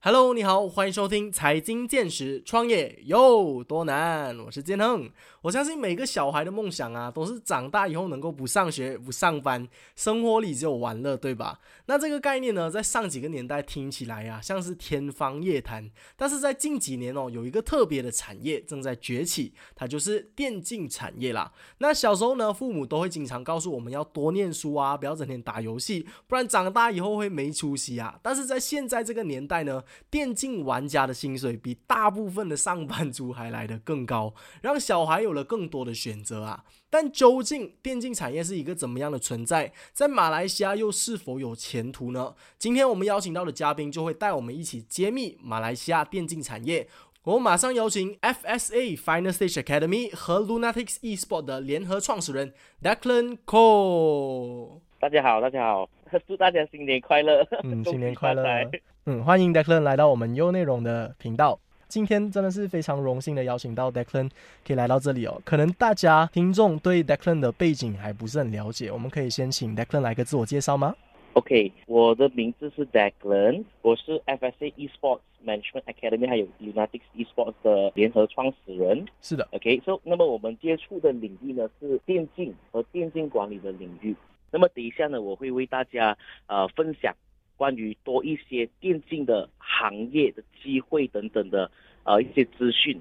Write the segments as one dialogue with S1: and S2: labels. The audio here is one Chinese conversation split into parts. S1: Hello，你好，欢迎收听《财经见识》，创业有多难？我是建恒。我相信每个小孩的梦想啊，都是长大以后能够不上学、不上班，生活里只有玩乐，对吧？那这个概念呢，在上几个年代听起来啊，像是天方夜谭。但是在近几年哦，有一个特别的产业正在崛起，它就是电竞产业啦。那小时候呢，父母都会经常告诉我们要多念书啊，不要整天打游戏，不然长大以后会没出息啊。但是在现在这个年代呢，电竞玩家的薪水比大部分的上班族还来得更高，让小孩有了更多的选择啊。但究竟电竞产业是一个怎么样的存在，在马来西亚又是否有前途呢？今天我们邀请到的嘉宾就会带我们一起揭秘马来西亚电竞产业。我们马上邀请 FSA Final Stage Academy 和 Lunatics Esport 的联合创始人 Declan Cole。
S2: 大家好，大家好， 祝大家新年快乐！
S1: 嗯，
S2: 恭
S1: 新年
S2: 喜
S1: 快
S2: 发
S1: 乐
S2: 财！
S1: 嗯，欢迎 Declan 来到我们优内容的频道。今天真的是非常荣幸的邀请到 Declan 可以来到这里哦。可能大家听众对 Declan 的背景还不是很了解，我们可以先请 Declan 来个自我介绍吗？
S2: OK，我的名字是 Declan，我是 FSA Esports Management Academy 还有 Lunatics Esports 的联合创始人。
S1: 是的，
S2: OK，so、那么我们接触的领域呢是电竞和电竞管理的领域。那么等一下呢，我会为大家呃分享关于多一些电竞的行业的机会等等的呃一些资讯。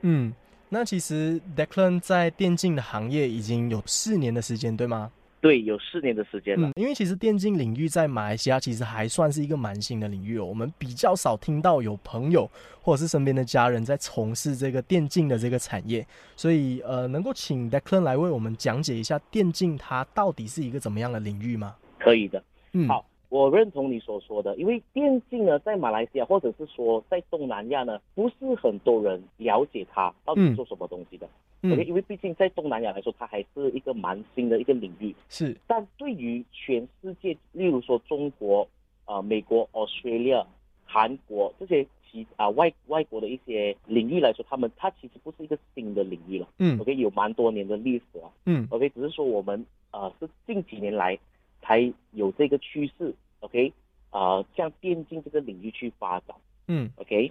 S1: 嗯，那其实 Declan 在电竞的行业已经有四年的时间，对吗？
S2: 对，有四年的时间了。
S1: 嗯，因为其实电竞领域在马来西亚其实还算是一个蛮新的领域哦，我们比较少听到有朋友或者是身边的家人在从事这个电竞的这个产业，所以呃，能够请 Declan 来为我们讲解一下电竞它到底是一个怎么样的领域吗？
S2: 可以的。
S1: 嗯，
S2: 好，我认同你所说的，因为电竞呢，在马来西亚或者是说在东南亚呢，不是很多人了解它到底是做什么东西的。
S1: 嗯
S2: OK，，因为毕竟在东南亚来说，它还是一个蛮新的一个领域。
S1: 是，
S2: 但对于全世界，例如说中国、呃美国、Australia、韩国这些其啊、外外国的一些领域来说，他们它其实不是一个新的领域了。
S1: 嗯
S2: OK，有蛮多年的历史啊了。
S1: 嗯
S2: OK，只是说我们呃是近几年来才有这个趋势，OK，呃向电竞这个领域去发展
S1: 嗯，
S2: ，OK，OK、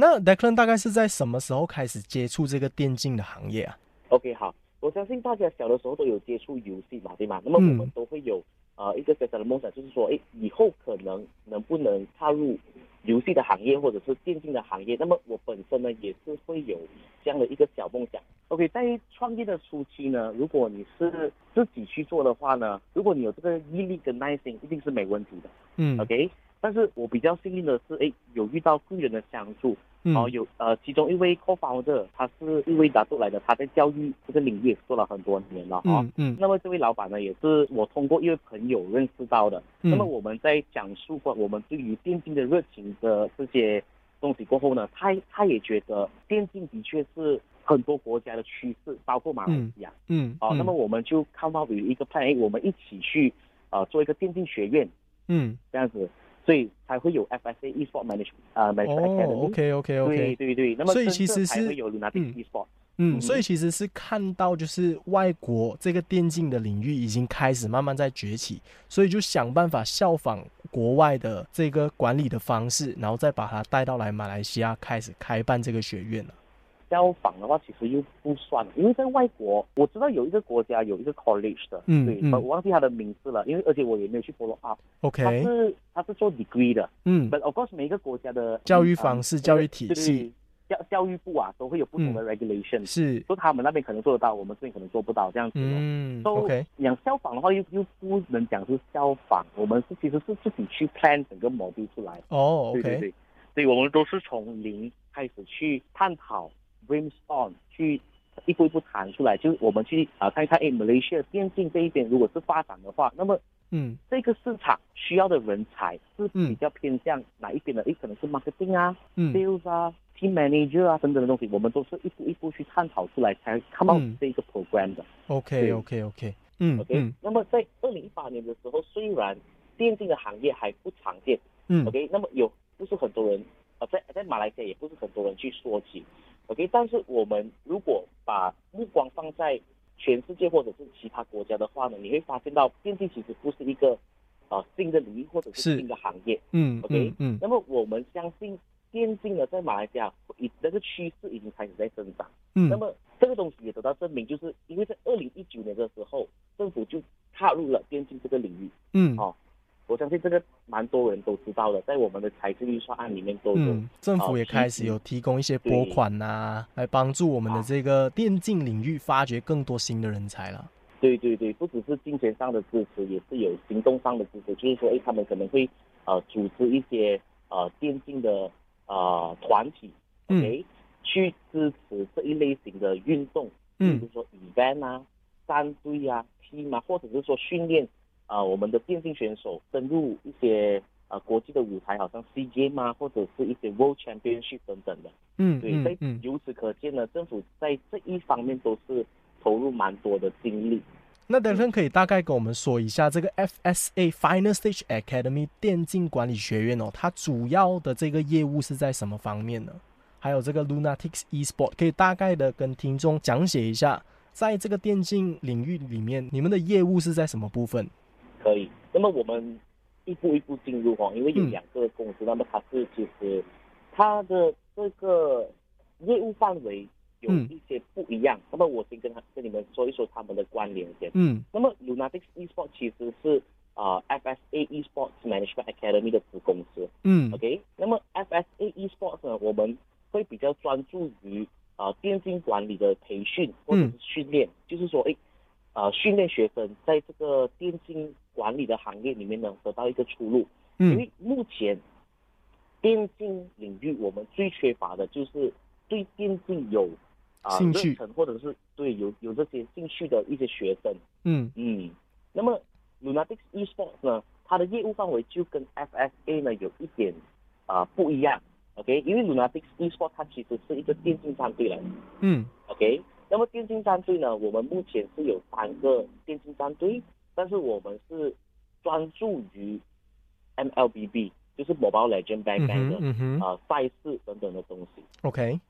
S1: 那 Declan 大概是在什么时候开始接触这个电竞的行业啊？
S2: OK，好，我相信大家小的时候都有接触游戏嘛，对吗？那么我们
S1: 嗯
S2: 都会有呃一个小小的梦想，就是说，哎，以后可能能不能呃踏入游戏的行业或者是电竞的行业？那么我本身呢也是会有这样的一个小梦想。OK，在创业的初期呢，如果你是自己去做的话呢，如果你有这个毅力跟耐心，一定是没问题的。
S1: 嗯
S2: OK，但是我比较幸运的是，哎，有遇到贵人的相助，
S1: 嗯
S2: 哦，有呃，其中一位 co-founder，他是一位达都来的，他在教育这个领域也做了很多年了啊、
S1: 嗯嗯
S2: 那么这位老板呢，也是我通过一位朋友认识到的。那么
S1: 嗯
S2: 我们在讲述过我们对于电竞的热情的这些东西过后呢，他他也觉得电竞的确是很多国家的趋势，包括马来西亚。
S1: 嗯，
S2: 哦，那么我们就看到有一个 plan，哎，我们一起去呃做一个电竞学院
S1: 嗯，
S2: 这样子，所以才会有 FSA Esport Management 呃
S1: 哦
S2: Management Academy。
S1: ，OK OK
S2: 对
S1: OK，
S2: 对对，那么
S1: 所以
S2: 真
S1: 其
S2: 正
S1: 实
S2: 才
S1: 是
S2: 会有 Lunatic
S1: 嗯
S2: Esport，
S1: 嗯，
S2: 嗯
S1: 所以其实是看到就是外国这个电竞的领域已经开始慢慢在崛起，所以就想办法效仿国外的这个管理的方式，然后再把它带到来马来西亚开始开办这个学院了。
S2: 消防的话其实又不算，因为在外国我知道有一个国家有一个 college 的，
S1: 嗯
S2: 对，
S1: 嗯
S2: 我忘记它的名字了，因为而且我也没有去 follow up，它
S1: OK，
S2: 是它是做 degree 的
S1: 嗯
S2: ，but of course 每一个国家的
S1: 教育方式
S2: 嗯
S1: 教育体系嗯
S2: 对对教教育部啊都会有不同的 regulation，、
S1: 是，
S2: 说他们那边可能做得到，我们这边可能做不到这样子、哦。
S1: 嗯
S2: So，
S1: ，OK，
S2: 讲消防的话，又又不能讲是消防，我们是其实是自己去 plan 整个模具出来的。
S1: 哦
S2: 对对
S1: ，OK，
S2: 对，所以我们都是从零开始去探讨 brainstorm，去一步一步谈出来，就是我们去啊、呃看一看，哎，Malaysia 电竞这一边如果是发展的话，那么
S1: 嗯
S2: 这个市场需要的人才是
S1: 嗯
S2: 比较偏向哪一边的？诶，可能是 marketing 啊、
S1: 嗯
S2: sales 啊、team manager 啊等等的东西，我们都是一步一步去探讨出来，才 come out
S1: 嗯
S2: 这一个 program 的。
S1: ，OK OK OK，嗯
S2: OK，、
S1: 嗯
S2: 那么在二零一八年的时候，虽然电竞的行业还不常见。
S1: 嗯
S2: OK，那么有不是很多人啊、呃在在马来西亚也不是很多人去说起，OK，但是我们如果把目光放在全世界或者是其他国家的话呢，你会发现到电竞其实不是一个呃新的领域或者
S1: 是
S2: 是新的行业。
S1: 嗯
S2: OK
S1: 嗯嗯，
S2: 那么我们相信，渐进的在马来西亚已那个趋势已经开始在增长。
S1: 嗯
S2: 那么这个东西也得到证明，就是因为在二零一九年的时候，政府就踏入了电竞这个领域。
S1: 嗯
S2: 哦我相信这个蛮多人都知道的，在我们的财政预算案里面都有。
S1: 嗯，政
S2: 啊
S1: 府也开始有提供一些拨款呐、来帮助我们
S2: 啊
S1: 的这个电竞领域发掘更多新的人才了。
S2: 对对对，不只是金钱上的支持，也是有行动上的支持。就是说，哎，他们可能会呃组织一些呃电竞的呃团体
S1: 嗯
S2: ，OK，、去支持这一类型的运动，
S1: 嗯
S2: 比如说 event 啊、战队啊、team 啊，或者是说训练啊、呃我们的电竞选手登入一些呃国际的舞台，好像 CJ 嘛，啊或者是一些 World Championship 等等的。
S1: 嗯
S2: 对，所
S1: 嗯
S2: 以
S1: 嗯，
S2: 由此可见呢，政府在这一方面都是投入蛮多的精力。
S1: 那 d a n 可以大概跟我们说一下这个 FSA Final Stage Academy 电竞管理学院哦，它主要的这个业务是在什么方面呢？还有这个 Lunatics Esport，可以大概的跟听众讲解一下，在这个电竞领域里面，你们的业务是在什么部分？
S2: 可以。那么我们一步一步进入哦，因为有
S1: 嗯
S2: 两个公司，那么它是其实它的这个业务范围有
S1: 嗯
S2: 一些不一样。那么我先跟他跟你们说一说他们的关联先。
S1: 嗯
S2: 那么 Lunatic Esport 其实是啊、呃 FSA Esports Management Academy 的子公司。
S1: 嗯
S2: OK，那么 FSA Esports 呢，我们会比较专注于啊、呃电竞管理的培训或者是训练，就是说，哎，呃，训练学生在这个电竞管理的行业里面呢，得到一个出路。因
S1: 嗯
S2: 为目前电竞领域我们最缺乏的就是对电竞有啊、呃
S1: 兴趣
S2: 热忱或者是对有有这些兴趣的一些学生。
S1: 嗯
S2: 嗯，那么 Lunatic Esports 呢，它的业务范围就跟 FSA 呢有一点啊、呃不一样。OK，因为 Lunatic Esports 它其实是一个电竞战队来的。
S1: 嗯
S2: OK，那么电竞战队呢，我们目前是有三个电竞战队，但是我们是专注于 MLBB，就是 Mobile Legend Bang
S1: 嗯
S2: Bang
S1: 哼
S2: 的
S1: 嗯哼
S2: 啊、呃赛事等等的东西。
S1: ，OK，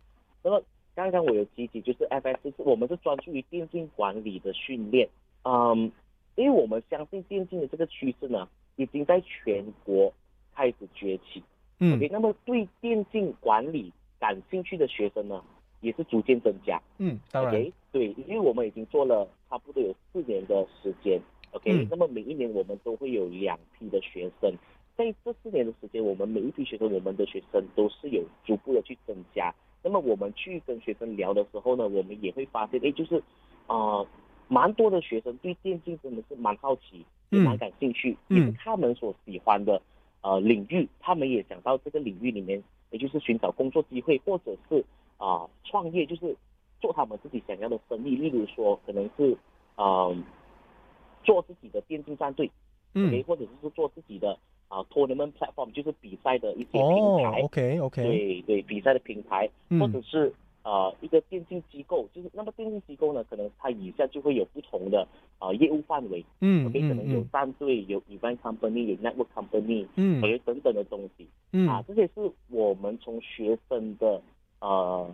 S2: 那么刚刚我有提及，就是 FS，就是我们是专注于电竞管理的训练，嗯，因为我们相信电竞的这个趋势呢，已经在全国开始崛起。
S1: 嗯
S2: OK，那么对电竞管理感兴趣的学生呢，也是逐渐增加。
S1: 嗯，当然
S2: OK，对，因为我们已经做了差不多有四年的时间。OK，、
S1: 嗯
S2: 那么每一年我们都会有两批的学生，在这四年的时间，我们每一批学生，我们的学生都是有逐步的去增加。那么我们去跟学生聊的时候呢，我们也会发现，哎，就是，呃，蛮多的学生对电竞真的是蛮好奇，也
S1: 嗯
S2: 蛮感兴趣，
S1: 嗯
S2: 也是他们所喜欢的呃领域，他们也想到这个领域里面，也就是寻找工作机会，或者是啊、创业，就是做他们自己想要的生意。例如说，可能是嗯、呃做自己的电竞战队，
S1: 嗯
S2: OK，，或者是做自己的啊、tournament platform，就是比赛的一些平
S1: 哦
S2: 台，
S1: ，OK OK，
S2: 对对，比赛的平台，或者
S1: 嗯
S2: 是呃一个电竞机构，就是那么电竞机构呢，可能它以下就会有不同的啊、呃业务范围
S1: 嗯
S2: ，OK，可能有
S1: 嗯
S2: 战队、有 event company、有 network company，
S1: 嗯
S2: 还有等等的东西
S1: 嗯，
S2: 啊这些是我们从学生的呃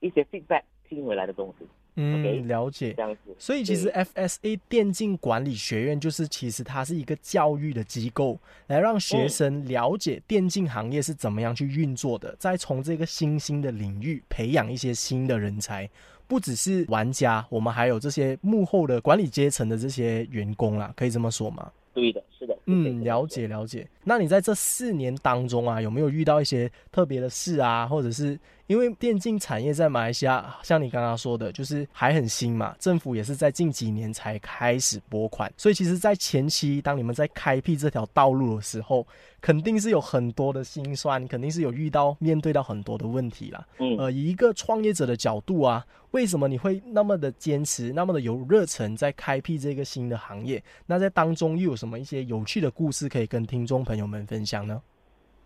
S2: 一些 feedback 听回来的东西，OK
S1: 嗯，了解
S2: 这。样子。嗯
S1: 所以其实
S2: 对
S1: FSA 电竞管理学院就是其实它是一个教育的机构，来让学生了解电竞行业是怎么样去运作的，再从这个新兴的领域培养一些新的人才。不只是玩家，我们还有这些幕后的管理阶层的这些员工啦，可以这么说吗？
S2: 对的，是的，是这
S1: 嗯，
S2: 个
S1: 了
S2: 东西
S1: 解了解。那你在这四年当中啊，有没有遇到一些特别的事啊，或者是因为电竞产业在马来西亚，像你刚刚说的，就是还很新嘛，政府也是在近几年才开始拨款，所以其实，在前期当你们在开辟这条道路的时候，肯定是有很多的辛酸，肯定是有遇到面对到很多的问题啦。
S2: 嗯
S1: 呃，以一个创业者的角度啊，为什么你会那么的坚持，那么的有热忱，在开辟这个新的行业？那在当中又有什么一些有趣的故事可以跟听众朋友们分享呢？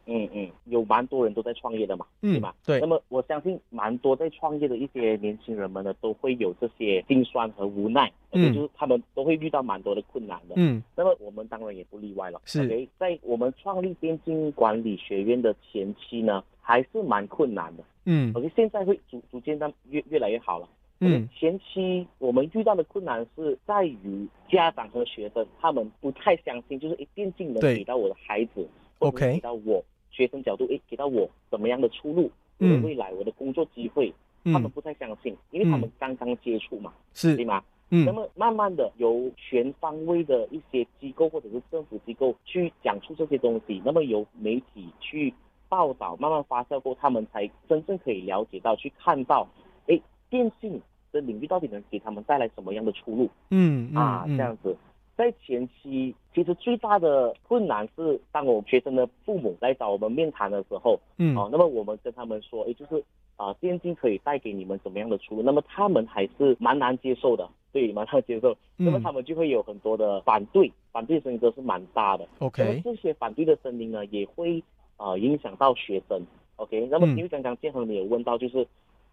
S2: 嗯嗯，有蛮多人都在创业的嘛，对
S1: 嗯
S2: 吧？，
S1: 对
S2: 那，么我相信蛮多在创业的一些年轻人们呢，都会有这些心酸和无奈，
S1: 嗯
S2: OK，就是他们都会遇到蛮多的困难的。
S1: 嗯
S2: 那么我们当然也不例外了。
S1: 是
S2: OK，在我们创立电竞管理学院的前期呢，还是蛮困难的。
S1: 嗯
S2: OK，现在会逐逐渐的越越来越好了。
S1: 嗯
S2: 前期我们遇到的困难是在于家长和学生他们不太相信，就是诶电竞能
S1: 对
S2: 给到我的孩子或者
S1: OK
S2: 给到我学生角度，诶，给到我怎么样的出路，我
S1: 嗯
S2: 的未来，我的工作机会，他们
S1: 嗯，
S2: 不太相信，因为他们刚刚接触嘛，对
S1: 是，
S2: 吗？那
S1: 嗯
S2: 么慢慢的由全方位的一些机构或者是政府机构去讲述这些东西，那么由媒体去报道，慢慢发酵过，他们才真正可以了解到，去看到，哎，电信的领域到底能给他们带来什么样的出路
S1: 嗯嗯
S2: 啊？这
S1: 嗯
S2: 样子，在前期其实最大的困难是，当我学生的父母来找我们面谈的时候，
S1: 嗯
S2: 哦，那么我们跟他们说，诶，就是啊、电竞可以带给你们怎么样的出路？那么他们还是蛮难接受的，对，蛮难接受。那么
S1: 嗯
S2: 他们就会有很多的反对，反对的声音都是蛮大的。那么
S1: ，OK，
S2: 这些反对的声音呢，也会啊影响到学生。OK，那么
S1: 嗯
S2: 因为刚刚建恒你有问到，就是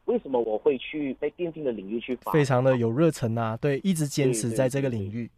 S2: 为什么我会去在电竞的领域去发
S1: 非
S2: 展
S1: 常的有热忱啊，对，一直坚
S2: 对
S1: 持
S2: 对
S1: 在这个
S2: 对
S1: 领域，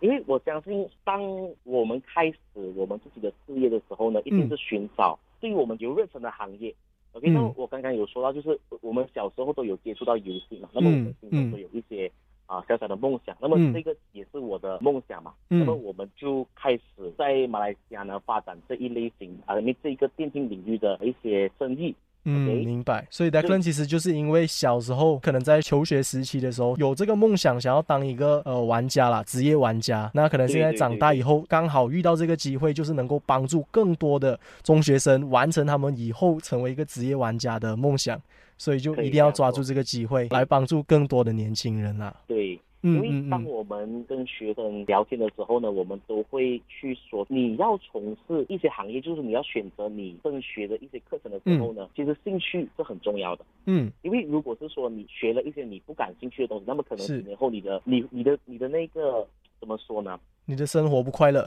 S2: 因为我相信，当我们开始我们自己的事业的时候呢，一定是寻找对于我们有热忱的行业。OK，
S1: 嗯
S2: 那么我刚刚有说到，就是我们小时候都有接触到游戏嘛，那么我们心中都有一些啊小小的梦想，那么
S1: 嗯
S2: 这个也是我的梦想嘛。那么
S1: 嗯
S2: 我们就开始在马来西亚呢发展这一类型啊，因为这一个电竞领域的一些生意。
S1: 嗯，
S2: OK
S1: 明白。所以 Declan 其实就是因为小时候可能在求学时期的时候有这个梦想，想要当一个呃玩家啦，职业玩家。那可能现在
S2: 对对
S1: 长大以后刚好遇到这个机会，就是能够帮助更多的中学生完成他们以后成为一个职业玩家的梦想，所以就
S2: 可以
S1: 一定要
S2: 这
S1: 抓
S2: 样说
S1: 住这个机会来帮助更多的年轻人啦。
S2: 对，因
S1: 嗯
S2: 为
S1: 嗯
S2: 当
S1: 嗯，
S2: 我们跟学生聊天的时候呢，我们都会去说，你要从事一些行业，就是你要选择你正学的一些课程的时候呢，其实兴趣是很重要的。
S1: 嗯
S2: 因为如果是说你学了一些你不感兴趣的东西，那么可能
S1: 是
S2: 几年后你的你你的你的那个怎么说 呢？
S1: 你的生活不快乐。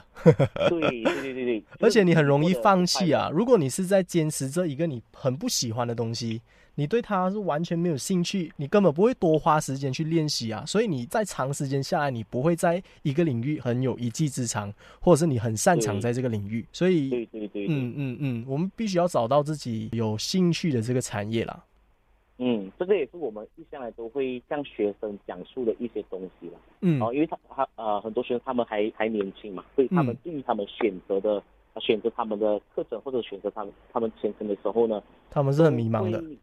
S2: 对对对对对，
S1: 而且你很容易放弃
S2: 弃
S1: 啊！。如果你是在坚持这一个你很不喜欢的东西，你对它是完全没有兴趣，你根本不会多花时间去练习啊。所以你在长时间下来，你不会在一个领域很有一技之长，或者是你很擅长
S2: 对
S1: 在这个领域。所以，
S2: 对对对，对
S1: 嗯嗯嗯，我们必须要找到自己有兴趣的这个产业啦。
S2: 嗯，这个也是我们一向来都会向学生讲述的一些东西啦。
S1: 嗯
S2: 哦，因为他他呃很多学生他们还还年轻嘛，所以他们
S1: 嗯
S2: 对于他们选择的、呃选择他们的课程或者选择他们他们前程的时候呢，
S1: 他们是很迷茫的
S2: 都。会，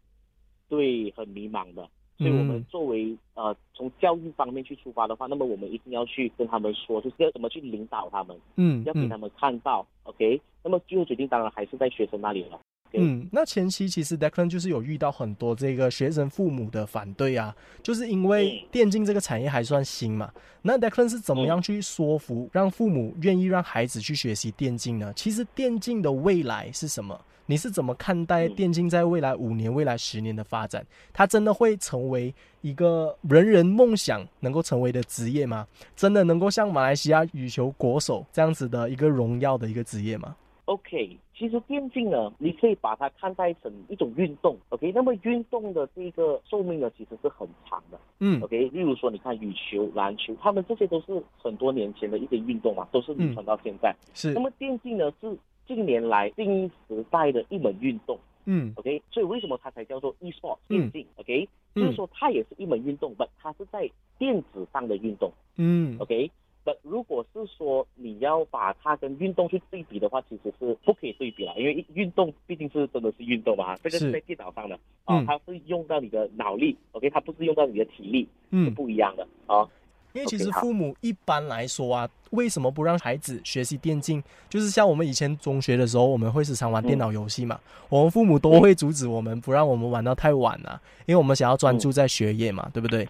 S2: 对，很迷茫的。所以我们
S1: 嗯
S2: 作为、呃从教育方面去出发的话，那么我们一定要去跟他们说，就是要怎么去领导他们，
S1: 嗯
S2: 要给
S1: 嗯
S2: 他们看到、o k 那么最后决定当然还是在学生那里了。对
S1: 嗯，那前期其实 Declan 就是有遇到很多这个学生父母的反对啊，就是因为
S2: 嗯
S1: 电竞这个产业还算新嘛。那 Declan 是怎么样去说服让父母愿意让孩子去学习电竞呢？其实电竞的未来是什么？你是怎么看待
S2: 嗯
S1: 电竞在未来五年、未来十年的发展？它真的会成为一个人人梦想能够成为的职业吗？真的能够像马来西亚羽球国手这样子的一个荣耀的一个职业吗？
S2: OK，其实电竞呢，你可以把它看待成一种运动。OK，那么运动的这个寿命呢，其实是很长的。
S1: 嗯
S2: OK，例如说你看羽球、篮球，他们这些都是很多年前的一些运动嘛，都是流传到现在。
S1: 嗯是
S2: 那，么电竞呢，是近年来新时代的一门运动。
S1: 嗯
S2: OK，所以为什么它才叫做 e-sport
S1: 嗯
S2: 电竞？OK，
S1: 嗯
S2: 就是说它也是一门运动，但它是在电子上的运动。
S1: 嗯
S2: OK，但如果是说你要把它跟运动去对比的话，其实是不可以对比了，因为运动毕竟是真的是运动嘛，这个
S1: 是
S2: 是在电脑上的啊、
S1: 嗯
S2: 它是用到你的脑力，OK，它不是用到你的体力，是
S1: 嗯。
S2: 不一样的啊。
S1: 因为其
S2: OK，
S1: 实
S2: 好
S1: 父母一般来说啊，为什么不让孩子学习电竞？就是像我们以前中学的时候，我们会时常玩
S2: 嗯
S1: 电脑游戏嘛，我们父母都会阻止我们，不让我们玩到太晚啊，因为我们想要专注在学业嘛，对不对？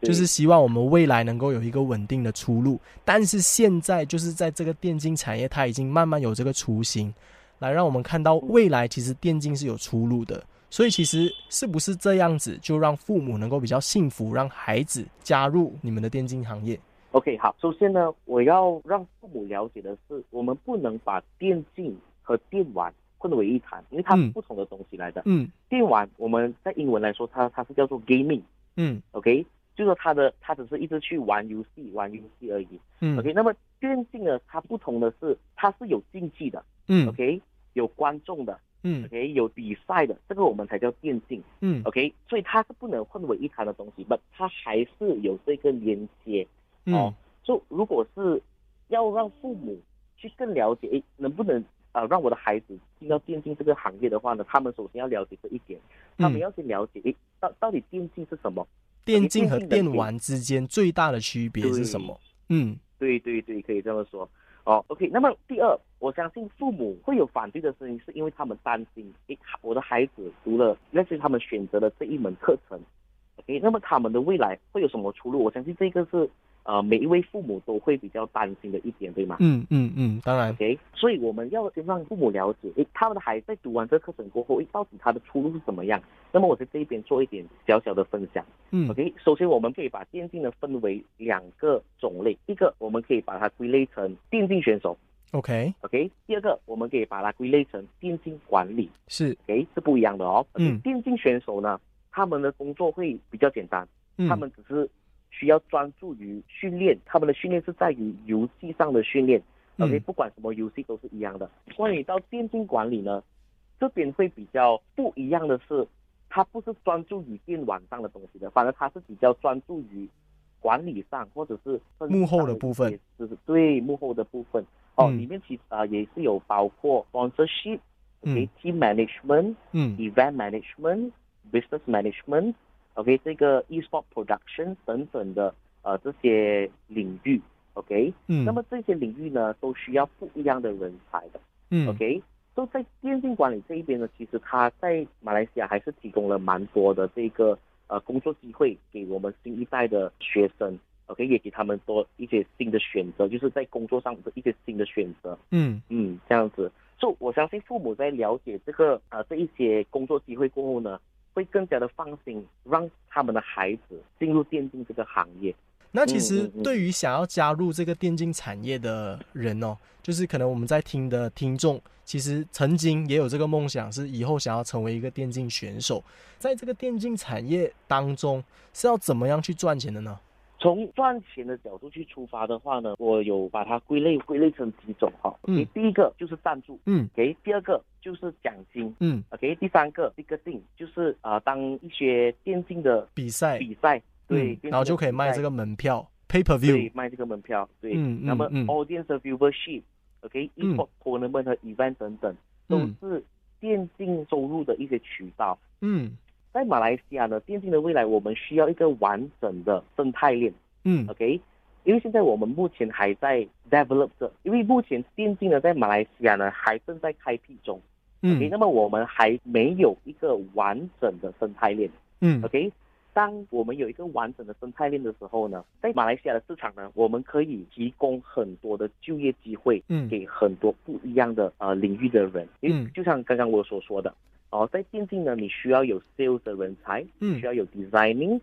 S2: 对
S1: 就是希望我们未来能够有一个稳定的出路。但是现在就是在这个电竞产业，它已经慢慢有这个雏形，来让我们看到未来其实电竞是有出路的。所以其实是不是这样子，就让父母能够比较幸福，让孩子加入你们的电竞行业？
S2: OK，好，首先呢，我要让父母了解的是，我们不能把电竞和电玩混为一谈，因为它
S1: 嗯
S2: 是不同的东西来的。
S1: 嗯
S2: 电玩我们在英文来说，它它是叫做 gaming。
S1: 嗯
S2: OK，就是说他的他只是一直去玩游戏，玩游戏而已。
S1: 嗯
S2: OK，那么电竞呢，它不同的是，它是有竞技的
S1: 嗯
S2: ，OK，有观众的
S1: 嗯
S2: OK，有比赛的，这个我们才叫电竞
S1: 嗯
S2: ，OK，所以它是不能混为一谈的东西，不，它还是有这个连接。
S1: 嗯
S2: 哦，就如果是要让父母去更了解，诶，能不能呃让我的孩子进到电竞这个行业的话呢？他们首先要了解这一点，他们
S1: 嗯
S2: 要去了解，诶，到到底电竞是什么？
S1: 电竞和
S2: 电竞的
S1: 电玩之间最大的区别是什么？嗯
S2: 对对对，可以这么说。哦，OK。那么第二，我相信父母会有反对的声音，是因为他们担心，诶，我的孩子读了，那是他们选择了这一门课程，OK，那么他们的未来会有什么出路？我相信这个是呃每一位父母都会比较担心的一点，对吗？
S1: 嗯嗯嗯，当然，
S2: OK，所以我们要先让父母了解，诶，他们的孩子在读完这个课程过后，诶，到底他的出路是怎么样？那么我在这一边做一点小小的分享。
S1: 嗯
S2: OK，首先我们可以把电竞呢分为两个种类，一个我们可以把它归类成电竞选手
S1: OK，
S2: ，OK，第二个我们可以把它归类成电竞管理
S1: 是，
S2: ，OK 是不一样的哦。OK，
S1: 嗯
S2: 电竞选手呢，他们的工作会比较简单，
S1: 嗯
S2: 他们只是需要专注于训练，他们的训练是在于游戏上的训练。
S1: 嗯
S2: OK，不管什么游戏都是一样的。关于到电竞管理呢，这边会比较不一样的是，它不是专注于电玩上的东西的，反而它是比较专注于管理上或者是分析
S1: 幕后
S2: 上
S1: 的
S2: 一
S1: 部
S2: 些
S1: 分
S2: 知识，对幕后的部分哦，
S1: 嗯
S2: 里面其实啊、呃也是有包括 sponsorship、
S1: 嗯
S2: OK、team management、
S1: 嗯
S2: event management、business management、OK 这个 e-sport production 等等的呃这些领域，OK。
S1: 嗯，
S2: 那么这些领域呢，都需要不一样的人才的。
S1: 嗯
S2: OK，都、在电竞管理这一边呢，其实它在马来西亚还是提供了蛮多的这个呃工作机会给我们新一代的学生。OK，也给他们多一些新的选择，就是在工作上的一些新的选择。
S1: 嗯
S2: 嗯，这样子，就、我相信父母在了解这个呃这一些工作机会过后呢，会更加的放心，让他们的孩子进入电竞这个行业。
S1: 那其实
S2: 嗯嗯嗯
S1: 对于想要加入这个电竞产业的人哦，就是可能我们在听的听众，其实曾经也有这个梦想，是以后想要成为一个电竞选手。在这个电竞产业当中，是要怎么样去赚钱的呢？
S2: 从赚钱的角度去出发的话呢，我有把它归类归类成几种哈。
S1: 嗯
S2: OK，第一个就是赞助
S1: 嗯
S2: ，OK，第二个就是奖金
S1: 嗯，
S2: ，OK，第三个 big thing 就是啊、呃当一些电竞的
S1: 比赛，
S2: 比赛，对，
S1: 嗯
S2: 电竞的
S1: 然后就可以卖
S2: 比赛
S1: 这个门票 pay per
S2: 对
S1: view。
S2: 卖这个门票，对，
S1: 嗯嗯
S2: 那么
S1: 嗯
S2: audience viewership，OK，e、
S1: 嗯
S2: p o r t tournament 和 event 等等，都
S1: 嗯
S2: 是电竞收入的一些渠道。
S1: 嗯
S2: 在马来西亚呢，电竞的未来我们需要一个完整的生态链。
S1: 嗯
S2: OK，因为现在我们目前还在 develop 着，因为目前电竞呢在马来西亚呢还正在开辟中。
S1: 嗯
S2: OK，那么我们还没有一个完整的生态链。
S1: 嗯
S2: OK，当我们有一个完整的生态链的时候呢，在马来西亚的市场呢，我们可以提供很多的就业机会
S1: 嗯
S2: 给很多不一样的呃领域的人。因为
S1: 嗯
S2: 就像刚刚我所说的，哦，在电竞呢，你需要有 sales 的人才，
S1: 嗯
S2: 需要有 designing、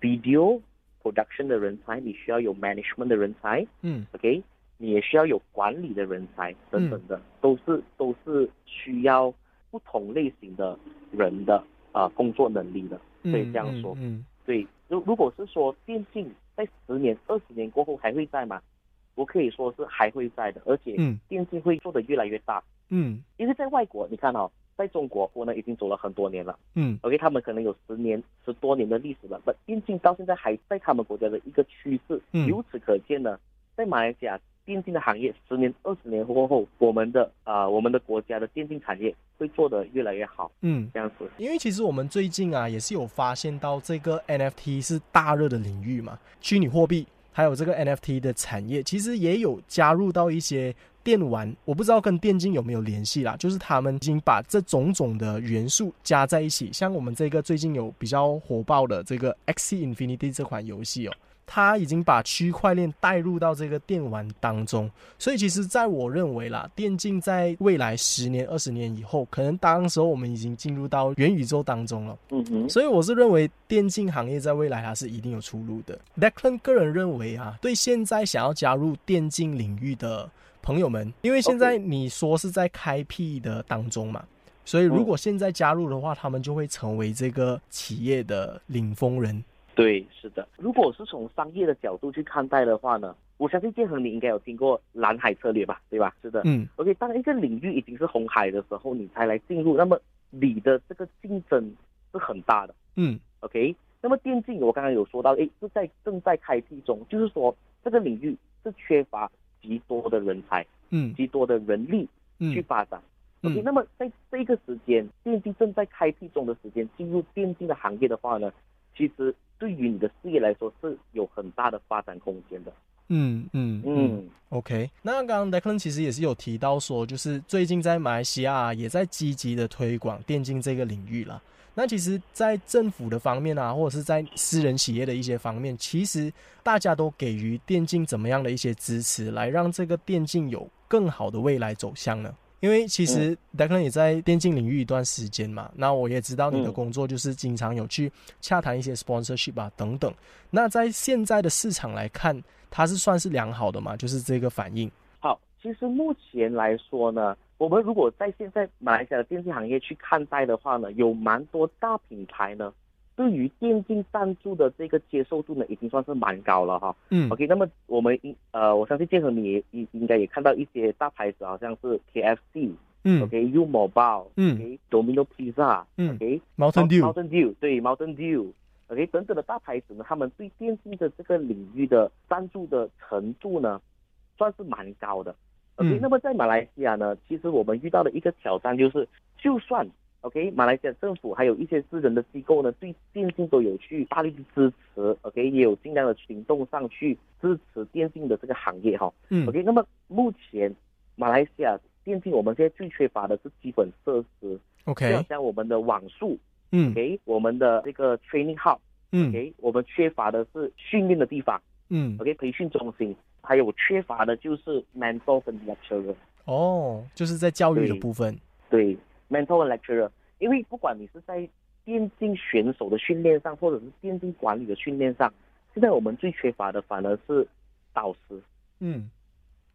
S2: video、production 的人才，你需要有 management 的人才
S1: 嗯
S2: ，OK，你也需要有管理的人才等等
S1: 嗯
S2: 的，都是都是需要不同类型的人的啊、呃工作能力的。
S1: 嗯，
S2: 可以这样说
S1: 嗯
S2: 对，如如果是说电竞在十年、二十年过后还会在吗？我可以说是还会在的，而且
S1: 嗯
S2: 电竞会做得越来越大，
S1: 嗯
S2: 因为在外国你看哦，在中国国呢已经走了很多年了
S1: 嗯
S2: ，OK，他们可能有十年、十多年的历史了，但电竞到现在还在他们国家的一个趋势。
S1: 嗯
S2: 由此可见呢，在马来西亚电竞的行业十年、二十年过后，我们的啊、我们的国家的电竞产业会做得越来越好，
S1: 嗯。
S2: 这样子。
S1: 因为其实我们最近啊，也是有发现到这个 NFT 是大热的领域嘛，虚拟货币还有这个 NFT 的产业，其实也有加入到一些电玩，我不知道跟电竞有没有联系啦，就是他们已经把这种种的元素加在一起，像我们这个最近有比较火爆的这个 X Infinity 这款游戏哦。它已经把区块链带入到这个电玩当中，所以其实，在我认为啦，电竞在未来十年、二十年以后，可能当时候我们已经进入到元宇宙当中了。
S2: 嗯哼。
S1: 所以我是认为电竞行业在未来它是一定有出路的。Declan 个人认为啊，对现在想要加入电竞领域的朋友们，因为现在你说是在开辟的当中嘛，所以如果现在加入的话，他们就会成为这个企业的领风人。
S2: 对，是的。如果是从商业的角度去看待的话呢，我相信建恒你应该有听过蓝海策略吧，对吧？是的。
S1: 嗯
S2: OK，当一个领域已经是红海的时候，你才来进入，那么你的这个竞争是很大的。
S1: 嗯
S2: OK，那么电竞我刚刚有说到，诶，是在正在开辟中，就是说这个领域是缺乏极多的人才、
S1: 嗯
S2: 极多的人力去
S1: 嗯
S2: 发展。OK，
S1: 嗯
S2: 那么在这个时间，电竞正在开辟中的时间，进入电竞的行业的话呢，其实对于你的事业来说是有很大的发展空间的。
S1: 嗯嗯嗯。
S2: 嗯
S1: OK，那刚刚 Declan 其实也是有提到说，就是最近在马来西亚、也在积极的推广电竞这个领域啦。那其实，在政府的方面啊，或者是在私人企业的一些方面，其实大家都给予电竞怎么样的一些支持，来让这个电竞有更好的未来走向呢？因为其实 Declan 也在电竞领域一段时间嘛，那我也知道你的
S2: 嗯
S1: 工作就是经常有去洽谈一些 sponsorship 啊等等。那在现在的市场来看，它是算是良好的嘛？就是这个反应。
S2: 好，其实目前来说呢，我们如果在现在马来西亚的电竞行业去看待的话呢，有蛮多大品牌呢，对于电竞赞助的这个接受度呢，已经算是蛮高了哈。
S1: 嗯
S2: OK，那么我们应呃，我相信建和你也应应该也看到一些大牌子，好像是 KFC、
S1: 嗯
S2: OK、U Mobile、
S1: 嗯
S2: OK、Domino Pizza、
S1: 嗯
S2: OK、
S1: ，Mountain Dew，
S2: Mountain Dew 对 Mountain Dew。OK，等等的大牌子呢，他们对电竞的这个领域的赞助的程度呢，算是蛮高的。OK，、
S1: 嗯
S2: 那么在马来西亚呢，其实我们遇到的一个挑战就是，就算 OK，马来西亚政府还有一些私人的机构呢，对电竞都有去大力的支持，OK，也有尽量的行动上去支持电竞的这个行业哈、
S1: 嗯
S2: OK，那么目前马来西亚电竞我们现在最缺乏的是基本设施，就好
S1: ，OK，
S2: 像我们的网速。
S1: 嗯
S2: OK，我们的这个 training hub，OK，、
S1: 嗯
S2: 我们缺乏的是训练的地方
S1: 嗯，
S2: ，OK，培训中心，还有缺乏的就是 mentor 跟 lecturer，
S1: 哦，就是在教育的部分。
S2: 对，mentor 跟 lecturer，因为不管你是在电竞选手的训练上，或者是电竞管理的训练上，现在我们最缺乏的反而是导师，
S1: 嗯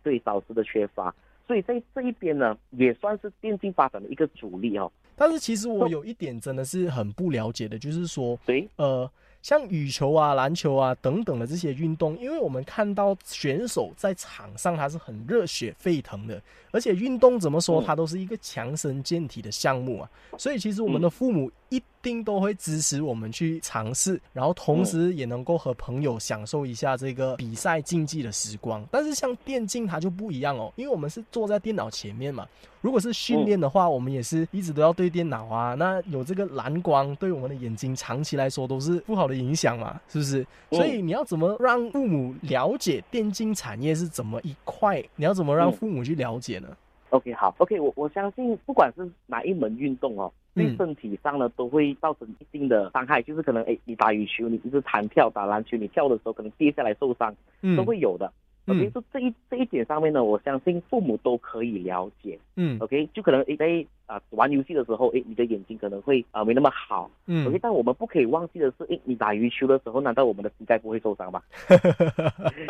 S2: 对导师的缺乏，所以在这一边呢，也算是电竞发展的一个主力哦，
S1: 但是其实我有一点真的是很不了解的，就是说，
S2: 对，
S1: 呃，像羽球啊、篮球啊等等的这些运动，因为我们看到选手在场上他是很热血沸腾的，而且运动怎么说，
S2: 嗯
S1: 它都是一个强身健体的项目啊，所以其实我们的父母一定都会支持我们去尝试，然后同时也能够和朋友享受一下这个比赛竞技的时光。但是像电竞它就不一样哦，因为我们是坐在电脑前面嘛，如果是
S2: 嗯
S1: 训练的话，我们也是一直都要对电脑啊。那有这个蓝光，对我们的眼睛长期来说都是不好的影响嘛，是不是？
S2: 嗯
S1: 所以你要怎么让父母了解电竞产业是怎么一块？你要怎么让
S2: 嗯
S1: 父母去了解呢？
S2: OK，好，OK，我我相信不管是哪一门运动哦，对
S1: 嗯
S2: 身体上呢都会造成一定的伤害，就是可能诶，你打羽球，你一直弹跳，打篮球，你跳的时候可能跌下来受伤，
S1: 嗯
S2: 都会有的。
S1: 嗯
S2: OK，就这一这一点上面呢，我相信父母都可以了解。
S1: 嗯
S2: OK，就可能诶在啊、玩游戏的时候，诶你的眼睛可能会啊、没那么好。OK，
S1: 嗯，
S2: 但我们不可以忘记的是，诶你打羽球的时候，难道我们的膝盖不会 受伤吗？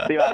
S2: 对吧？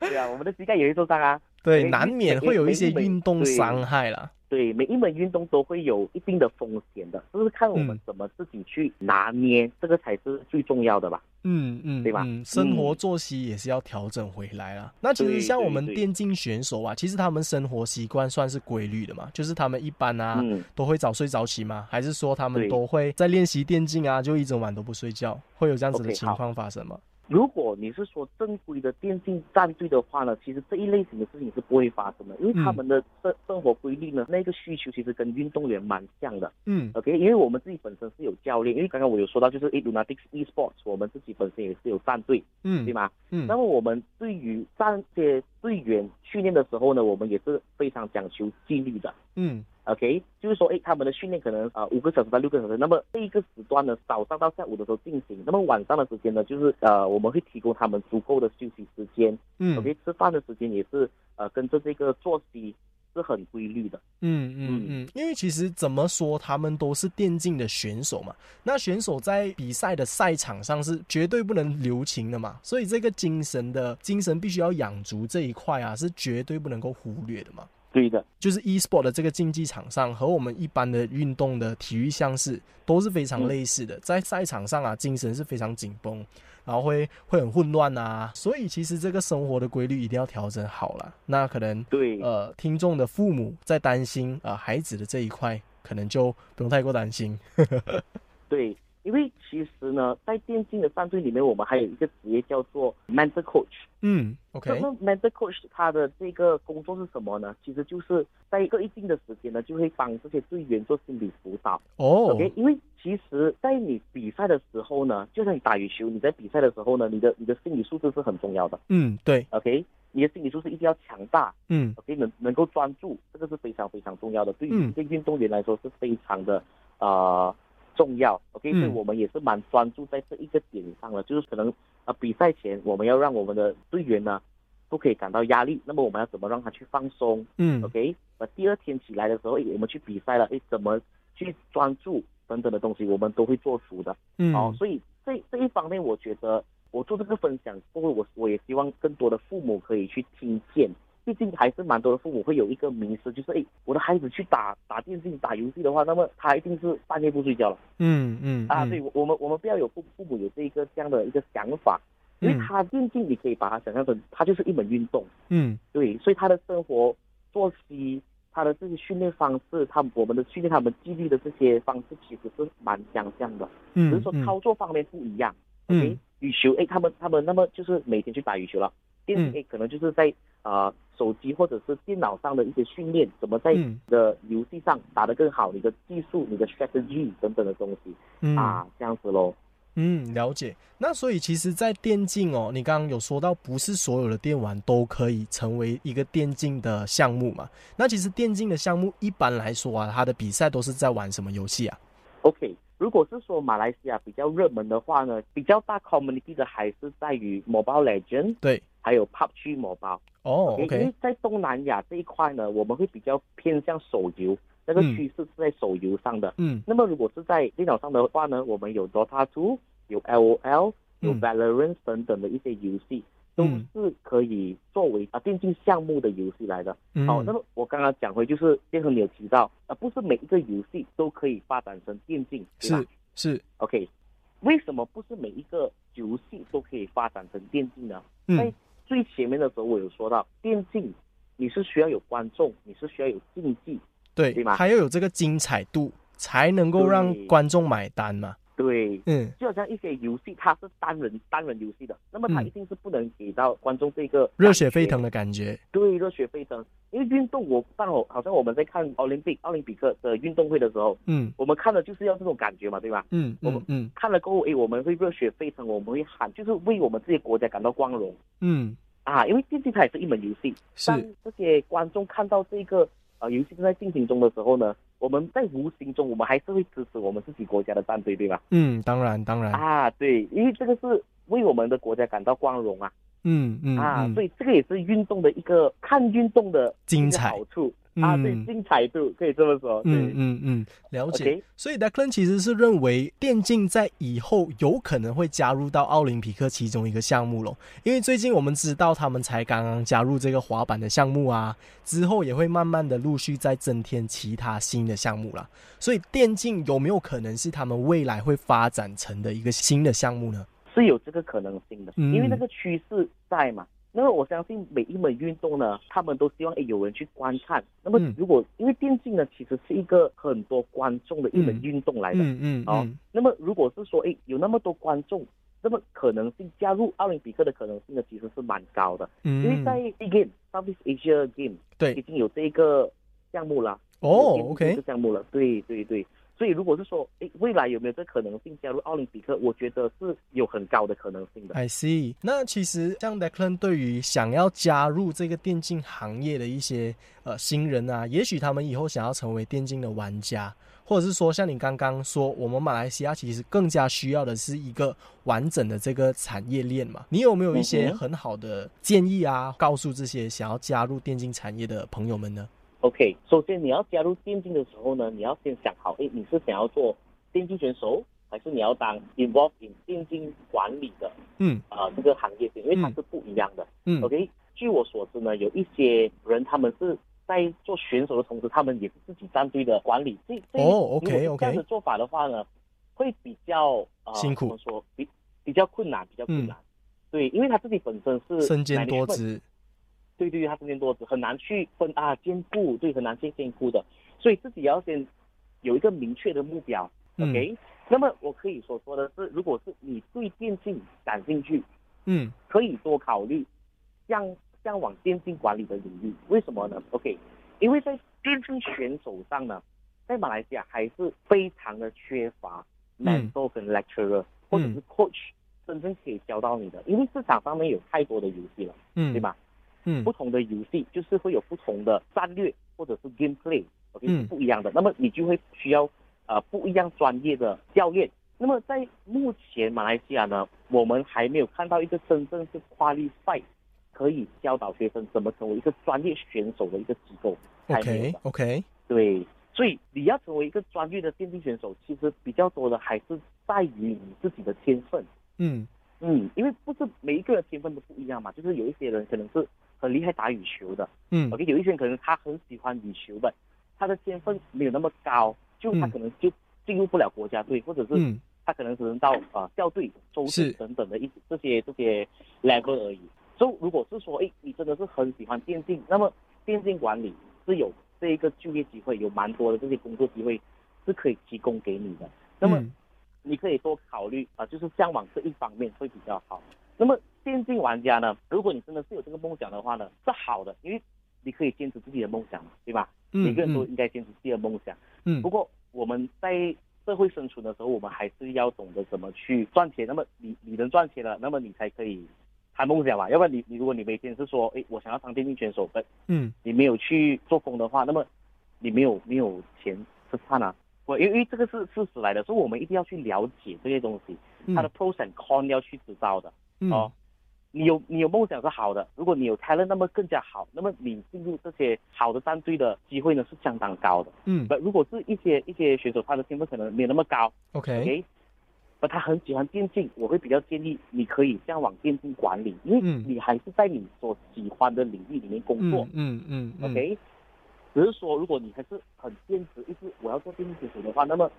S2: 对啊，我们的膝盖也会受伤啊。
S1: 对，
S2: 每
S1: 难免会有一些
S2: 每每
S1: 运动
S2: 对
S1: 伤害啦。
S2: 对，每一门运动都会有一定的风险的，就是看我们
S1: 嗯
S2: 怎么自己去拿捏，这个才是最重要的吧。
S1: 嗯嗯，
S2: 对吧
S1: 嗯，生活
S2: 嗯
S1: 作息也是要调整回来啦。那其实
S2: 对
S1: 像我
S2: 对
S1: 们
S2: 对
S1: 电竞选手啊，其实他们生活习惯算是规律的嘛，就是他们一般啊，
S2: 嗯，
S1: 都会早睡早起吗？还是说他们
S2: 对
S1: 都会在练习电竞啊，就一整晚都不睡觉，会有这样子的
S2: OK，
S1: 情况发生吗？
S2: 如果你是说正规的电竞战队的话呢，其实这一类型的事情是不会发生的，因为他
S1: 嗯
S2: 们的生生活规律呢，那个需求其实跟运动员蛮像的。
S1: 嗯
S2: OK，因为我们自己本身是有教练，因为刚刚我有说到，就是诶 Lunatics Esports，我们自己本身也是有战队，对
S1: 嗯
S2: 吗？那
S1: 嗯
S2: 么我们对于战这些队员训练的时候呢，我们也是非常讲求纪律的。
S1: 嗯
S2: OK，就是说，哎，他们的训练可能呃五个小时到六个小时，那么这一个时段呢，早上到下午的时候进行，那么晚上的时间呢，就是呃我们会提供他们足够的休息时间、
S1: 嗯
S2: o k 吃饭的时间也是呃跟着这个作息是很规律的，
S1: 嗯嗯嗯，因为其实怎么说，他们都是电竞的选手嘛。那选手在比赛的赛场上是绝对不能留情的嘛，所以这个精神的精神必须要养足这一块啊，是绝对不能够忽略的嘛。
S2: 对的，
S1: 就是 e-sport 的这个竞技场上和我们一般的运动的体育项是都是非
S2: 嗯
S1: 常类似的，在赛场上啊，精神是非常紧绷，然后会会很混乱啊，所以其实这个生活的规律一定要调整好了。那可能
S2: 对，
S1: 呃，听众的父母在担心啊、呃孩子的这一块，可能就不用太过担心。
S2: 对，因为其实呢，在电竞的战队里面，我们还有一个职业叫做 mentor coach。
S1: 嗯
S2: 那
S1: ，OK，
S2: 么 mentor coach 他的这个工作是什么呢？其实就是在一个一定的时间呢，就会帮这些队员做心理辅导。
S1: 哦
S2: OK，因为其实，在你比赛的时候呢，就像你打羽球，你在比赛的时候呢，你的你的心理素质是很重要的。
S1: 嗯，对，
S2: OK，你的心理素质一定要强大。
S1: 嗯
S2: OK，能能够专注，这个是非常非常重要的，对
S1: 嗯
S2: 于对运动员来说是非常的呃重要。OK，、
S1: 嗯
S2: 所以我们也是蛮专注在这一个点上的，就是可能呃比赛前我们要让我们的队员呢不可以感到压力，那么我们要怎么让他去放松
S1: 嗯
S2: ？OK，那第二天起来的时候，诶我们去比赛了，诶，怎么去专注等等的东西，我们都会做足的。哦，
S1: 嗯，
S2: 所以这这一方面，我觉得我做这个分享过后，我我也希望更多的父母可以去听见。毕竟还是蛮多的父母会有一个迷失，就是诶，我的孩子去打打电竞、打游戏的话，那么他一定是半夜不睡觉了
S1: 嗯嗯
S2: 啊！
S1: 嗯
S2: 对，我我们我们不要有父父母有这一个这样的一个想法，因为
S1: 嗯
S2: 他电竞你可以把它想象成它就是一门运动，
S1: 嗯
S2: 对，所以他的生活作息、他的这些训练方式、他我们的训练他们纪律的这些方式其实是蛮相像的。只
S1: 嗯
S2: 是说
S1: 嗯
S2: 操作方面不一样。
S1: 嗯
S2: OK，羽球，哎，他们他们那么就是每天去打羽球了，电
S1: 嗯
S2: 竞哎可能就是在呃手机或者是电脑上的一些训练，怎么在你
S1: 嗯
S2: 的游戏上打得更好，你的技术、你的 strategy 等等的东西、
S1: 嗯
S2: 啊，这样子咯。
S1: 嗯，了解。那所以其实，在电竞哦，你刚刚有说到，不是所有的电玩都可以成为一个电竞的项目嘛？那其实电竞的项目一般来说啊，它的比赛都是在玩什么游戏啊？
S2: OK，如果是说马来西亚比较热门的话呢，比较大 community 的还是在于 Mobile Legend，
S1: 对，
S2: 还有 PUBG Mobile。
S1: 哦
S2: 因为
S1: ，OK，
S2: 在东南亚这一块呢，我们会比较偏向手游，那个
S1: 嗯
S2: 趋势是在手游上的。
S1: 嗯
S2: 那么如果是在电脑上的话呢，我们有 Dota 2，有 LOL，有
S1: 嗯
S2: Valorant 等等的一些游戏，都
S1: 嗯
S2: 是可以作为啊电竞项目的游戏来的。
S1: 嗯，
S2: 好，那么我刚刚讲回就是，建恒你有提到啊，不是每一个游戏都可以发展成电竞，对吧
S1: 是是，
S2: ？OK，为什么不是每一个游戏都可以发展成电竞呢？
S1: 嗯
S2: 在最前面的时候我有说到，电竞你是需要有观众，你是需要有竞技，
S1: 对，
S2: 对吧
S1: 它要有这个精彩度，才能够让
S2: 对
S1: 观众买单嘛。
S2: 对，
S1: 嗯
S2: 就好像一些游戏，它是单人单人游戏的，那么它
S1: 嗯
S2: 一定是不能给到观众这个
S1: 热血沸腾
S2: 感
S1: 的感觉。
S2: 觉，对，热血沸腾。因为运动我，当然我好像我们在看奥林匹奥林匹克的运动会的时候，
S1: 嗯
S2: 我们看的就是要这种感觉嘛，对吧？
S1: 嗯
S2: 我
S1: 嗯
S2: 们
S1: 嗯
S2: 看了过后，诶，我们会热血沸腾，我们会喊，就是为我们自己国家感到光荣
S1: 嗯，
S2: 啊！因为电竞它也是一门游戏，当
S1: 是，
S2: 这些观众看到这个呃游戏正在进行中的时候呢，我们在无形中我们还是会支持我们自己国家的战队，对吧？
S1: 嗯，当然当然，
S2: 啊，对，因为这个是为我们的国家感到光荣啊、
S1: 嗯嗯
S2: 啊，所
S1: 嗯，
S2: 以这个也是运动的一个看运动的
S1: 精
S2: 一个
S1: 彩
S2: 好处啊，对，
S1: 嗯
S2: 精彩度可以这么说，对，
S1: 嗯嗯嗯，了解。
S2: OK
S1: 所以 Declan 其实是认为电竞在以后有可能会加入到奥林匹克其中一个项目咯，因为最近我们知道他们才刚刚加入这个滑板的项目啊，之后也会慢慢的陆续再增添其他新的项目啦。所以电竞有没有可能是他们未来会发展成的一个新的项目呢？
S2: 是有这个可能性的，因
S1: 嗯
S2: 为那个趋势在嘛。那么我相信每一门运动呢，他们都希望诶有人去观看。那么
S1: 嗯
S2: 如果、因为电竞呢，其实是一个很多观众的一门
S1: 嗯
S2: 运动来的，哦
S1: 嗯嗯
S2: 好
S1: 嗯
S2: 那么如果是说，诶，有那么多观众，那么可能性加入奥林匹克的可能性呢，其实是蛮高的。因为在
S1: 嗯，
S2: A Game Southeast Asia Game 已
S1: 对
S2: 经有这一个项目了。
S1: 哦
S2: 有这
S1: ，OK，
S2: 个项目了，对对对。所以如果是说，诶，未来有没有这可能性加入奥林匹克？我觉得是有很高的可能性的。
S1: I see。那其实像 Declan 对于想要加入这个电竞行业的一些呃新人啊，也许他们以后想要成为电竞的玩家，或者是说像你刚刚说，我们马来西亚其实更加需要的是一个完整的这个产业链嘛。你有没有一些
S2: 嗯哼
S1: 很好的建议啊，告诉这些想要加入电竞产业的朋友们呢？
S2: OK，首先你要加入电竞的时候呢，你要先想好，诶，你是想要做电竞选手，还是你要当 involved in 电竞管理的
S1: 嗯
S2: 啊、呃这个行业？因为它
S1: 嗯
S2: 是不一样的。
S1: 嗯
S2: OK，据我所知呢，有一些人他们是在做选手的同时，他们也是自己战队的管理。这这
S1: 哦，OK，
S2: 如果是这样
S1: OK
S2: 的做法的话呢，会比较呃
S1: 辛苦嗯
S2: 怎么说比比较困难，比较困难。对，因为他自己本身是
S1: 身兼多
S2: management
S1: 职，
S2: 对对对，他身兼多职，很难去分啊兼顾，对，很难去兼顾的，所以自己要先有一个明确的目标。
S1: 嗯
S2: OK，、那么我可以所说的是，如果是你对电竞感兴趣，
S1: 嗯
S2: 可以多考虑向向往电竞管理的领域。为什么呢？OK，因为在电竞选手上呢，在马来西亚还是非常的缺乏
S1: 嗯
S2: mentor 跟 lecturer、或者是 coach 真正可以教到你的，因为市场上面有太多的游戏了，
S1: 嗯，
S2: 对吧？
S1: 嗯
S2: 不同的游戏就是会有不同的战略或者是 gameplay，OK、
S1: 嗯
S2: 是不一样的。那么你就会需要呃不一样专业的教练。那么在目前马来西亚呢，我们还没有看到一个真正是 qualified 可以教导学生怎么成为一个专业选手的一个机构，还
S1: ，OK
S2: 没有的。
S1: OK，
S2: 对，所以你要成为一个专业的电竞选手，其实比较多的还是在于你自己的天分。
S1: 嗯
S2: 嗯，因为不是每一个人天分都不一样嘛，就是有一些人可能是很厉害打羽球的，
S1: 嗯
S2: OK，有一些人可能他很喜欢羽球的，他的天分没有那么高，就他
S1: 嗯
S2: 可能就进入不了国家队，或者是
S1: 嗯
S2: 他可能只能到呃校队、州
S1: 是
S2: 队等等的一这些这些 level 而已。所以如果是说，哎，你真的是很喜欢电竞，那么电竞管理是有这一个就业机会，有蛮多的这些工作机会是可以提供给你的。那么
S1: 嗯
S2: 你可以多考虑啊、就是向往这一方面会比较好。那么电竞玩家呢，如果你真的是有这个梦想的话呢，是好的，因为你可以坚持自己的梦想嘛，对吧？每
S1: 嗯
S2: 个人都
S1: 嗯
S2: 应该坚持自己的梦想。
S1: 嗯
S2: 不过我们在社会生存的时候，我们还是要懂得怎么去赚钱。那么你你能赚钱了，那么你才可以谈梦想嘛。要不然你你如果你每天是说，哎，我想要当电竞选手，但
S1: 嗯
S2: 你没有去做工的话，那么你没有没有钱吃饭啊。我因为因为这个是事实来的，所以我们一定要去了解这些东西，
S1: 嗯
S2: 它的 pros and con 要去知道的。
S1: 嗯
S2: 哦你有你有梦想是好的，如果你有 talent，那么更加好。那么你进入这些好的战队的机会呢是相当高的。
S1: 嗯
S2: 不，如果是一些一些选手，他的天分可能没有那么高
S1: OK
S2: ，OK，不，他很喜欢电竞，我会比较建议你可以向往电竞管理，因为
S1: 嗯
S2: 你还是在你所喜欢的领域里面工
S1: 嗯
S2: 作。
S1: 嗯嗯嗯
S2: OK，只是说如果你还是很坚持，一直我要做电竞选手的话，那么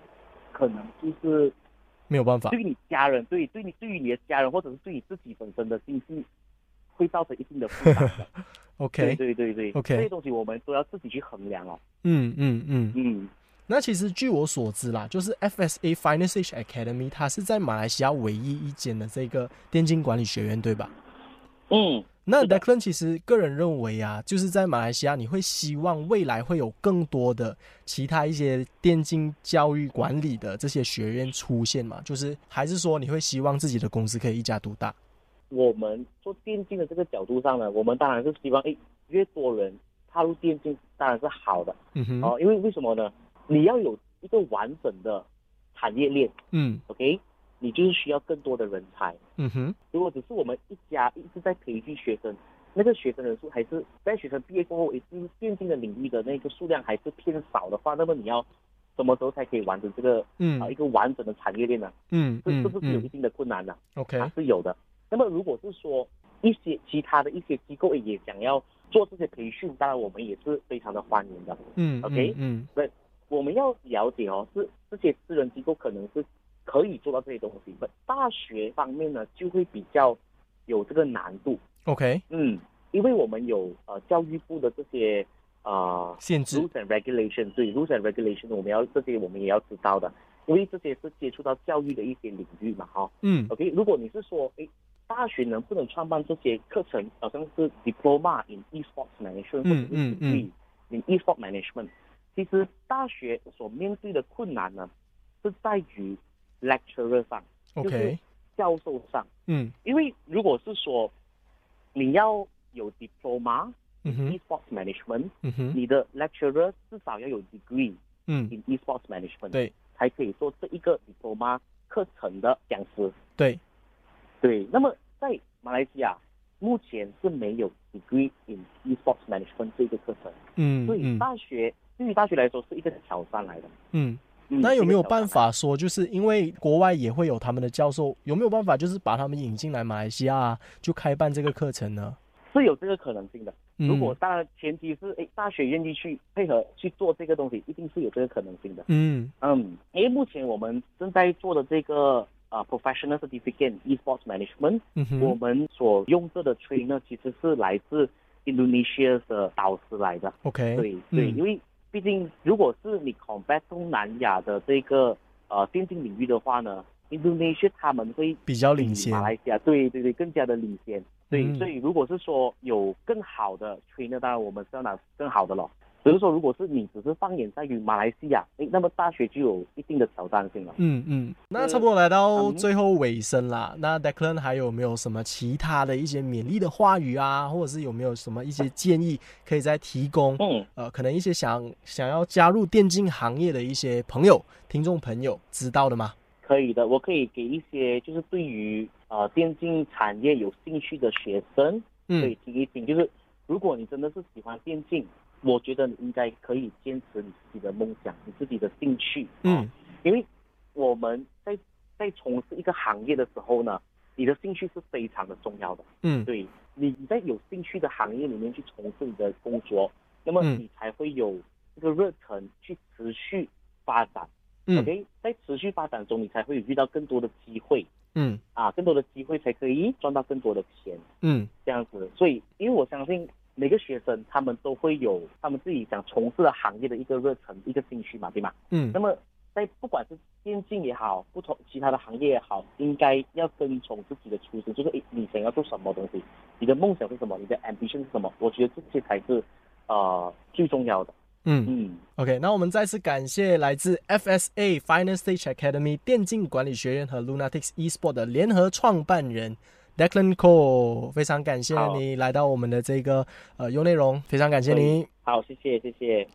S2: 可能就是
S1: 没有办法，
S2: 对于你家人，对对你对于你的家人，或者是对你自己本身的经济，会造成一定的负担的。对
S1: OK
S2: 对对对
S1: OK
S2: 这些东西我们都要自己去衡量哦。
S1: 嗯嗯嗯。
S2: 嗯，
S1: 那其实据我所知啦，就是 FSA Finance Age Academy，它是在马来西亚唯一一间的这个电竞管理学院，对吧？
S2: 嗯，
S1: 那
S2: 是的
S1: Declan 其实个人认为啊，就是在马来西亚，你会希望未来会有更多的其他一些电竞教育管理的这些学院出现嘛？就是还是说你会希望自己的公司可以一家独大？
S2: 我们做电竞的这个角度上呢，我们当然是希望，哎，越多人踏入电竞当然是好的
S1: 嗯哼，
S2: 哦，因为为什么呢？你要有一个完整的产业链
S1: 嗯
S2: ，OK，你就是需要更多的人才。
S1: 嗯哼，
S2: 如果只是我们一家一直在培训学生，那个学生人数还是在学生毕业过后，已经电竞的领域的那个数量还是偏少的话，那么你要什么时候才可以完成这个啊、
S1: 嗯
S2: 一个完整的产业链呢？
S1: 嗯
S2: 这是
S1: 嗯
S2: 不是有一啊
S1: 嗯
S2: 定的困难呢、
S1: ，OK，
S2: 还是有的。那么如果是说一些其他的一些机构也想要做这些培训，当然我们也是非常的欢迎的。
S1: 嗯
S2: OK
S1: 嗯
S2: 我们要了解哦，是这些私人机构可能是可以做到这些东西，但大学方面呢就会比较有这个难度。
S1: ，OK，
S2: 嗯，因为我们有呃教育部的这些呃
S1: 限制
S2: rules，and regulation，对 rules and regulation，我们要这些我们也要知道的，因为这些是接触到教育的一些领域嘛，哈、
S1: 嗯
S2: OK，如果你是说，诶，大学能不能创办这些课程，好像是 diploma in e-sport management 或者
S1: 嗯
S2: 是
S1: 嗯嗯
S2: degree in e-sport management，其实大学所面对的困难呢，是在于 lecturer 上，
S1: ，OK，
S2: 教授上，
S1: 嗯
S2: 因为如果是说你要有 diploma
S1: 嗯哼
S2: e-sport management，、
S1: 嗯哼
S2: 你的 lecturer 至少要有 degree
S1: 嗯，
S2: in e-sport management，
S1: 对
S2: 才可以做这一个 diploma 课程的讲师。
S1: 对，
S2: 对，那么在马来西亚目前是没有 degree in esports management 这个课程，
S1: 嗯
S2: 所以
S1: 嗯
S2: 大学、对于大学来说是一个挑战来的。
S1: 嗯。
S2: 嗯
S1: 那有没有
S2: 是一个挑战
S1: 办法说，就是因为国外也会有他们的教授，有没有办法就是把他们引进来马来西亚啊、就开办这个课程呢？
S2: 来的？是有这个可能性的。
S1: 嗯
S2: 如果大前提是诶大学愿意去配合去做这个东西，一定是有这个可能性的。
S1: 嗯
S2: 嗯，因为目前我们正在做的这个啊、professional certificate in esports management，、
S1: 嗯
S2: 我
S1: 哼，
S2: 们所用这的 trainer 其实是来自 Indonesia 的导师来的。
S1: ，OK，
S2: 对对，
S1: 嗯
S2: 因为毕竟如果是你 combat 东南亚的这个呃电竞领域的话呢，Indonesia 他们会
S1: 比较
S2: 比
S1: 领先
S2: 马，来西亚，对对对，更加的领先。对，
S1: 嗯
S2: 所以如果是说有更好的 trainer，当然我们是要拿更好的咯。只是说，如果是你只是放眼在于马来西亚，诶，那么大学就有一定的挑战性了。
S1: 嗯嗯，那
S2: 呃
S1: 差不多来到
S2: 嗯
S1: 最后尾声啦。那 Declan 还有没有什么其他的一些勉励的话语啊，或者是有没有什么一些建议可以再提供？
S2: 嗯，
S1: 呃，可能一些想想要加入电竞行业的一些朋友、听众朋友知道的吗？
S2: 可以的，我可以给一些就是对于呃电竞产业有兴趣的学生，可以
S1: 嗯
S2: 听一听。就是如果你真的是喜欢电竞，我觉得你应该可以坚持你自己的梦想，你自己的兴趣。啊
S1: 嗯，
S2: 因为我们在在从事一个行业的时候呢，你的兴趣是非常的重要的。
S1: 嗯
S2: 对，你你在有兴趣的行业里面去从事你的工作，那么
S1: 嗯
S2: 你才会有这个热忱去持续发展。
S1: 嗯
S2: OK，在持续发展中，你才会遇到更多的机会
S1: 嗯
S2: 啊，更多的机会才可以赚到更多的钱。
S1: 嗯
S2: 这样子。所以，因为我相信每个学生他们都会有他们自己想从事的行业的一个热忱、一个兴趣嘛，对吗？
S1: 嗯
S2: 那么在不管是电竞也好，不同其他的行业也好，应该要跟从自己的初心，就是诶你想要做什么东西，你的梦想是什么，你的 ambition 是什么？我觉得这些才是呃最重要的。
S1: 嗯。
S2: 嗯，
S1: OK，那我们再次感谢来自 FSA Finance Stage Academy 电竞管理学院和 Lunatics Esport 的联合创办人 Declan Cole，非常感谢
S2: 好
S1: 你来到我们的这个呃优内容，非常感谢
S2: 可以
S1: 你。
S2: 好，谢谢，谢谢。